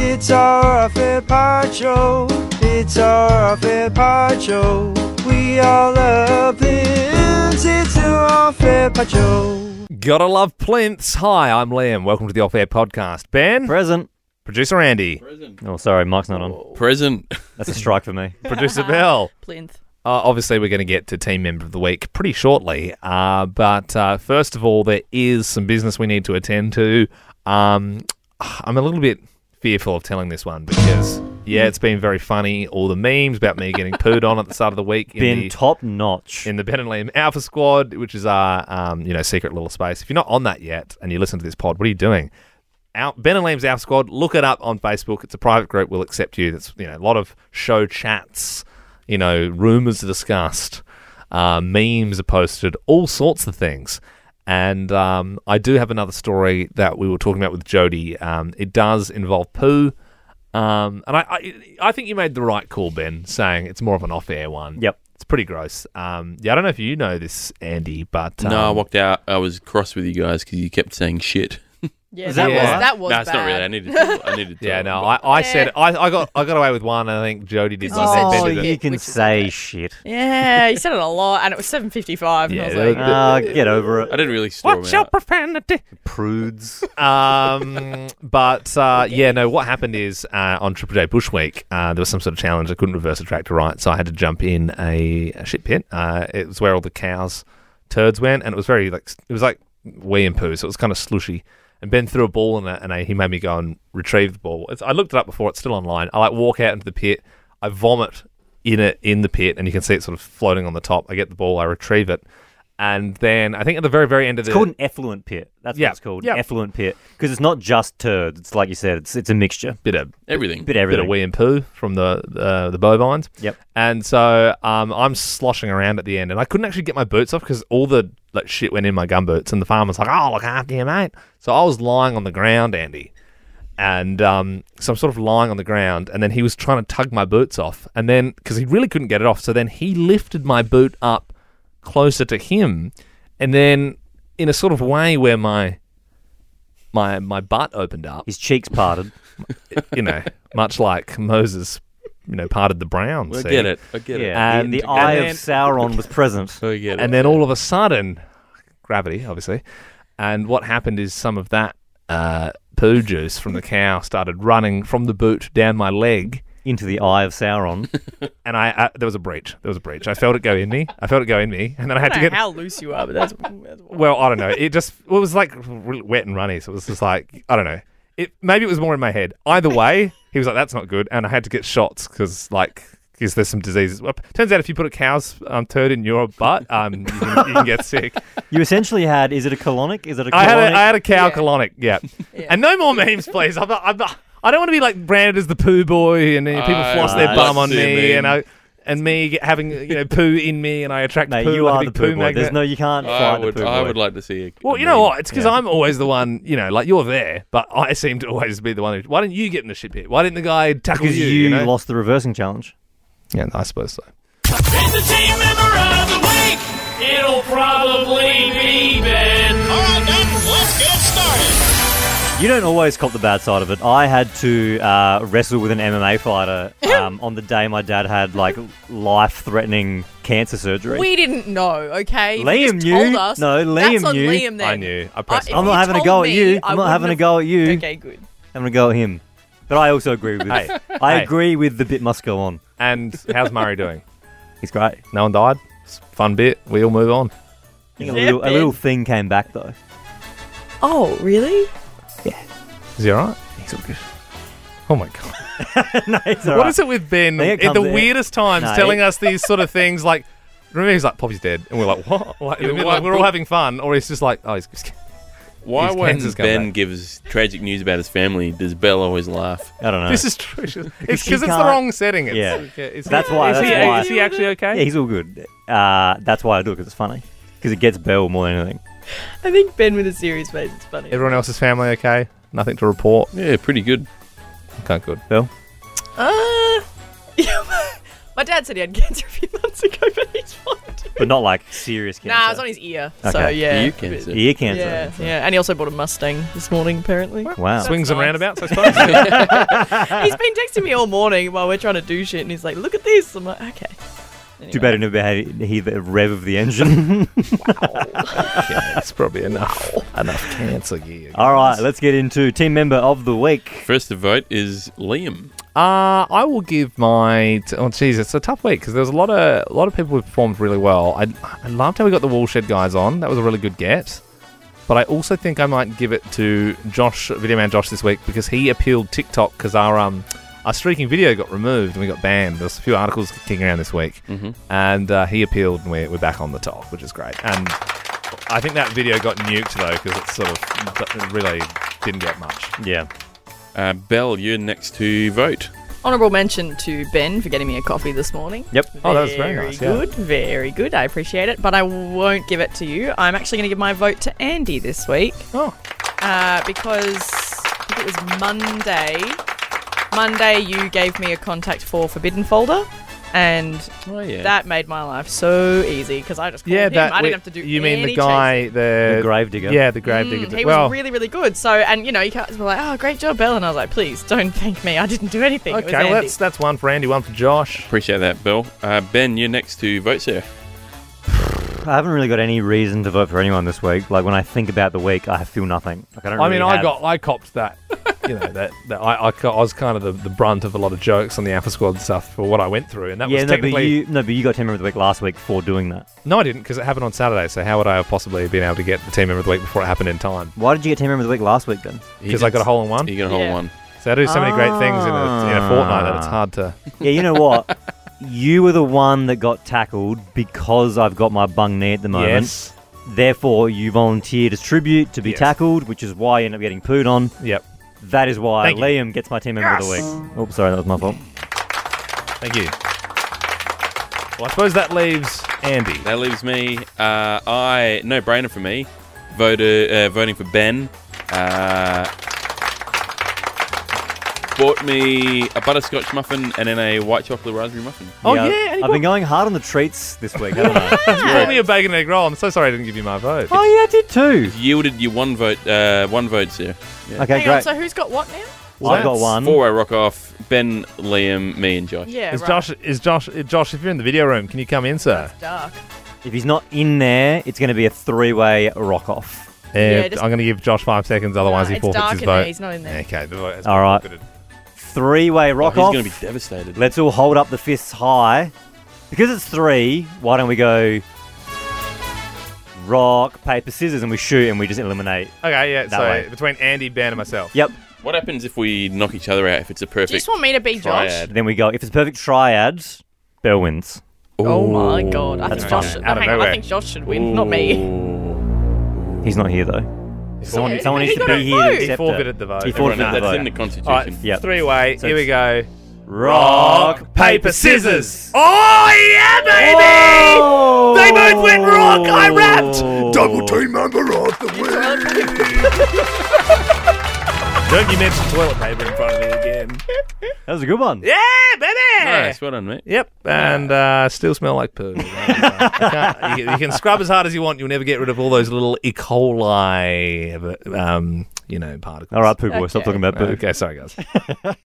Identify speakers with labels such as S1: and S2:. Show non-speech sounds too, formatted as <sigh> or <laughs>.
S1: It's our fair part show. It's our fair part show. We all love Plinth. It's our fair part show.
S2: Gotta love plinths. Hi, I'm Liam. Welcome to the Off Air Podcast. Ben,
S3: Present.
S2: producer Andy,
S3: Oh, sorry, Mike's not on.
S4: Present.
S3: That's a strike for me.
S2: producer Bell.
S5: plinth.
S2: Uh, obviously, we're going to get to Team Member of the Week pretty shortly. Uh, but uh, first of all, there is some business we need to attend to. Um, I'm a little bit fearful of telling this one because, yeah, it's been very funny. All the memes about me getting pooed on at the start of the week. in
S3: Been
S2: the-
S3: top notch.
S2: in the Ben and Liam Alpha Squad, which is our um, you know secret little space. If you're not on that yet and you listen to this pod, what are you doing? Our, ben and Liam's Alpha Squad. Look it up on Facebook. It's a private group. We'll accept you. That's you know a lot of show chats. You know rumors are discussed. Uh, memes are posted. All sorts of things. And um, I do have another story that we were talking about with Jody. Um, it does involve poo. Um, and I, I, I think you made the right call, Ben, saying it's more of an off-air one.
S3: Yep.
S2: It's pretty gross. Um, yeah, I don't know if you know this, Andy, but um,
S4: no, I walked out. I was cross with you guys because you kept saying shit.
S5: Yeah,
S3: Is
S5: that
S3: that
S5: was
S2: right?
S5: that was
S4: no, it's not
S5: bad.
S4: really. I needed. To,
S5: <laughs>
S4: I needed. To
S2: yeah, no, I, I said I, I got I got away with one. And I think Jody did.
S5: Because you
S2: not
S5: said
S2: Ben
S3: oh,
S2: did
S5: shit.
S2: it.
S3: you can
S5: which is
S3: say shit.
S5: Yeah, you said it a lot, and it was seven fifty five.
S2: Yeah,
S5: and I was like,
S3: Ah, get over
S4: I
S3: it.
S4: didn't really storm
S2: What's
S4: out.
S2: your profanity?
S3: Prudes.
S2: um, but uh, yeah, no. What happened is uh, on Triple J Bush Week, uh, there was some sort of challenge. I couldn't reverse a tractor right, so I had to jump in a, a shit pit. Uh, it was where all the cows' turds went, and it was very like it was like wee and poo, so it was kind of slushy. And Ben threw a ball in it, and I, he made me go and retrieve the ball. It's, I looked it up before; it's still online. I like walk out into the pit, I vomit in it in the pit, and you can see it sort of floating on the top. I get the ball, I retrieve it, and then I think at the very very end of the
S3: It's called an effluent pit. That's
S2: Yeah,
S3: what it's called.
S2: yeah.
S3: An effluent pit. Because it's not just turds. It's like you said, it's it's a mixture.
S2: bit of
S4: Everything.
S3: Bit of everything.
S2: bit of wee and poo from the uh, the bovines.
S3: Yep.
S2: And so um, I'm sloshing around at the end, and I couldn't actually get my boots off because all the like shit went in my gumboots, and the farmer's like, "Oh, look after you, mate." So I was lying on the ground, Andy, and um, so I'm sort of lying on the ground, and then he was trying to tug my boots off, and then because he really couldn't get it off, so then he lifted my boot up closer to him, and then in a sort of way where my my my butt opened up
S3: His
S2: <laughs>
S3: cheeks parted.
S2: you know, much like Moses, you know, parted the brown.
S4: I
S2: sea.
S4: get it. I get it.
S3: Yeah.
S2: And-
S3: the the
S2: and
S3: eye
S2: then- <laughs>
S3: of Sauron was present.
S4: I get it.
S2: And then all of a sudden, gravity, obviously. And what happened is some of that uh, poo juice from the cow started running from the boot down my leg.
S3: Into the eye
S2: <laughs>
S3: of Sauron.
S2: And I, uh, there was a breach. There was a breach. I felt it go in me. I felt it go in me, and then I
S5: I
S2: had to
S5: don't
S2: get.
S5: know how loose you are, but
S3: <laughs>
S5: that's, that's what-
S2: well, I don't know. It just it was like really wet and runny, so it was just like I don't know. It maybe it was more in my head. Either way, he was like, "That's not good," and I had to get shots because like. Because there's some diseases. Well, turns out if you put a cow's um, turd in your butt, um, you, can, you can get sick.
S3: you essentially had, is it a colonic? Is it a
S2: I
S3: colonic?
S2: had a, I had a cow
S5: Yeah.
S2: colonic, yeah.
S5: Yeah.
S2: And no more memes, please. I'm not, I'm not, I don't want to be like branded as the poo boy, and you know, people
S4: I
S2: floss their
S3: Uh, see
S2: bum on
S4: what you
S2: me,
S4: mean.
S2: and I and me get- having you know poo in me, and I attract
S3: Mate,
S2: poo.
S3: you
S2: like a
S3: are the
S2: big
S3: poo boy.
S2: magnet.
S3: There's no, you can't
S4: I
S3: fight
S4: would.
S3: the poo boy.
S4: I would like to see. A,
S2: Well,
S4: a
S2: you know
S4: meme.
S2: what? It's because
S3: Yeah.
S2: I'm always the one, you know, like you're there, but I seem to always be the one who. Why didn't you get in the shit pit? Why didn't the guy tackle
S3: because
S2: you?
S3: you,
S2: know?
S3: lost the reversing challenge.
S2: Yeah, no, I suppose so.
S6: It's the team member of the week. It'll probably be Ben. All right, Dutton, let's get started.
S3: You don't always cop the bad side of it. I had to uh, wrestle with an MMA
S5: <laughs>
S3: fighter um, on the day my dad had like life-threatening cancer surgery.
S5: we didn't know. Okay, If
S3: Liam
S5: you just
S3: knew.
S5: told us.
S3: No,
S5: that's
S3: Liam
S5: on
S3: knew.
S5: Liam then.
S2: I knew. I pressed.
S5: if
S3: I'm
S5: you
S3: not having a
S5: told
S3: go at
S5: me,
S3: you.
S5: I
S3: I'm not
S5: wouldn't
S3: having a
S5: have-
S3: go at you.
S5: Okay, good.
S3: I'm gonna go at him. But I also agree with.
S5: <laughs>
S2: Hey,
S3: I
S2: hey.
S3: agree with the bit must go on.
S2: And how's Murray doing?
S3: He's great.
S2: No one died. It's a fun bit. We all move on.
S3: I think a
S5: Yeah,
S3: little, a
S5: Ben.
S3: little thing came back though.
S5: Oh, really?
S2: Is he all right? He's
S3: <laughs>
S2: all good. Oh my god!
S3: no, it's all
S2: What
S3: right.
S2: is it with Ben
S3: I think it
S2: at the
S3: comes-
S2: weirdest times,
S3: No,
S2: telling
S3: it-
S2: us these sort of things? Like, remember he's like, "Poppy's dead," and we're like, "What?" Like, in the
S4: Yeah,
S2: middle,
S4: why-
S2: like, we're all having fun, or he's just like, "Oh, he's."
S4: Why
S2: His
S4: when
S2: cancer's come
S4: Ben
S2: back.
S4: gives tragic news about his family, does Belle always laugh?
S3: I don't know.
S2: <laughs> This is true. It's because
S3: she
S2: it's the
S3: can't-
S2: wrong setting. It's,
S3: Yeah.
S2: is he-
S3: That's why-
S2: is he-
S3: that's why-
S2: Is he actually okay?
S3: yeah, he's all good. Uh, that's why I do it because it's funny. Because it gets Bell more than anything.
S5: I think Ben with a serious face is funny.
S2: Everyone else's family okay? Nothing to report.
S4: Yeah, pretty good.
S5: <laughs>
S2: Okay, good.
S3: Bell.
S5: Uh, My dad said he had cancer a few months ago, but he's fine.
S3: but not like serious cancer.
S5: Nah, it was on his ear. So
S3: Okay.
S5: yeah.
S4: You cancer.
S3: ear cancer.
S5: Yeah, yeah, and he also bought a Mustang this morning. Apparently,
S3: Wow.
S2: Swings and
S5: nice.
S2: roundabouts, I suppose.
S5: he's been texting me all morning while we're trying to do shit, and he's like, "Look at this." I'm like, "Okay."
S3: Too bad I never had hear the rev of the engine.
S2: <laughs> <laughs> yeah, that's probably enough. Enough cancer gear.
S3: All right, let's get into team member of the week.
S4: First to vote is Liam.
S2: Uh, I will give my. T- oh, jeez, it's a tough week because there's a lot of a lot of people who performed really well. I I loved how we got the Woolshed guys on. That was a really good get. But I also think I might give it to Josh, Video Man Josh, this week because he appealed TikTok because our um our streaking video got removed and we got banned. There's a few articles kicking around this week, and uh, he appealed and we're, we're back on the top, which is great. And I think that video got nuked though because it sort of it really didn't get much.
S3: Yeah.
S4: Uh, Bell, you're next to vote.
S5: Honorable mention to Ben for getting me a coffee this morning.
S3: Yep.
S2: Oh, that was very nice, yeah.
S5: good, very good. I appreciate it, but I won't give it to you. I'm actually going to give my vote to Andy this week
S2: Oh,
S5: uh, because I think it was Monday. Monday, you gave me a contact for Forbidden folder, and
S4: Oh yeah.
S5: that made my life so easy because I just called
S2: Yeah,
S5: him.
S2: that
S5: I
S2: we-
S5: didn't have to do.
S2: You mean the
S5: any
S2: guy, the,
S3: The gravedigger.
S2: Yeah, the grave digger.
S5: chasing. Mm, He was really, really good. So, and you know, you guys were like, "Oh, great job, Bell," and I was like, "Please don't thank me. I didn't do anything." it was
S2: okay.
S5: Andy.
S2: Well, that's that's one for Andy, one for Josh.
S4: Appreciate that, Bell. Uh, ben, you're next to vote, sir.
S3: I haven't really got any reason to vote for anyone this week. Like when I think about the week, I feel nothing. Like I don't.
S2: I
S3: really
S2: mean, I
S3: have-
S2: got, I copped that. You know that, that I, I, co- I was kind of the, the brunt of a lot of jokes on the Alpha Squad stuff for what I went through, and that
S3: Yeah,
S2: was
S3: no, but
S2: technically
S3: you no, but you got team member of the week last week for doing that.
S2: no, I didn't because it happened on Saturday. So how would I have possibly been able to get the team member of the week before it happened in time?
S3: Why did you get team member of the week last week then?
S4: He
S2: Because I
S4: did-
S2: got a hole in one.
S4: You got a whole
S5: Yeah.
S4: one.
S2: So I do so many great things in a, in a fortnight that it's
S3: Ah.
S2: hard to.
S3: Yeah, you know what?
S2: <laughs>
S3: you were the one that got tackled because I've got my bung knee at the moment.
S2: Yes.
S3: Therefore, you volunteered as tribute to be
S2: Yes.
S3: tackled, which is why you end up getting pooed on.
S2: Yep.
S3: That is why
S2: Thank you.
S3: Liam gets my team member of the week. Oops, sorry, that was my fault.
S2: Thank you. Well, I suppose that leaves Andy.
S4: That leaves me. Uh, I no brainer for me. Voter uh, voting for Ben. Uh, bought me a butterscotch muffin and then a white chocolate raspberry muffin.
S2: Oh, yeah,
S3: I've
S2: and
S3: been going hard on the treats this week, haven't I?
S2: You bought me a bacon and egg roll. I'm so sorry I didn't give you my vote.
S3: oh yeah, I did too.
S4: Yielded you one vote. Uh, one vote, sir. Yeah.
S3: Okay,
S5: Hang on,
S3: great.
S5: so who's got what now?
S3: I've got
S2: that's
S3: one.
S4: Four way rock off. Ben, Liam, me, and Josh.
S5: Yeah,
S2: Is
S5: right.
S2: Josh? Is Josh? uh, Josh? If you're in the video room, can you come in, sir?
S5: Dark.
S3: If he's not in there, it's going to be a three-way rock off.
S2: Uh,
S5: Yeah, just-
S2: I'm going to give Josh five seconds, otherwise
S5: Nah,
S2: he
S5: it's
S2: forfeits
S5: dark
S2: his
S5: in
S2: vote.
S5: there. He's not in there.
S2: Okay. The vote has
S3: All right.
S2: been forfeited.
S3: Three-way
S4: Oh,
S3: rock
S4: he's
S3: off.
S4: going to be devastated.
S3: Let's all hold up the fists high. Because it's three, why don't we go rock, paper, scissors, and we shoot and we just eliminate.
S2: Okay. Yeah.
S3: That
S2: so
S3: way.
S2: between Andy, Ben, and myself.
S3: Yep.
S4: What happens if we knock each other out? If it's a
S5: Do you
S4: perfect
S5: just want me to be Josh?
S4: triad?
S3: Then we go. If it's perfect triad, Bell wins.
S5: Oh my god. I
S3: That's
S5: think Josh
S3: fine.
S5: should,
S2: Out of
S5: hang on, I
S2: nowhere.
S5: think Josh should win, not me.
S3: He's not here though.
S2: Someone,
S5: Yeah,
S3: Someone
S5: he
S3: needs to
S5: got
S3: be
S5: a
S3: here to
S5: vote.
S2: he
S3: accept it.
S2: forfeited the vote.
S3: He
S4: Everyone,
S3: Forfeited the
S4: that's
S3: vote.
S4: in the constitution.
S2: All right.
S3: Yep.
S2: Three way.
S3: So
S2: Here we go.
S3: Rock, paper, scissors. Oh.
S2: Oh yeah, baby! They both went rock. I
S3: wrapped.
S2: wrapped.
S3: Oh.
S2: team member of the <laughs> week. Don't you mention toilet paper in front of me again?
S3: That was a good one.
S2: Yeah, baby.
S4: Nice, well done, mate.
S2: Yep, and uh, still smell like <laughs> poo. you, can't- you can- you can scrub as hard as you want; you'll never get rid of all those little E. coli, um, you know, particles.
S3: All right, poo boy, stop
S5: Okay.
S3: talking about poo.
S2: Okay, sorry guys.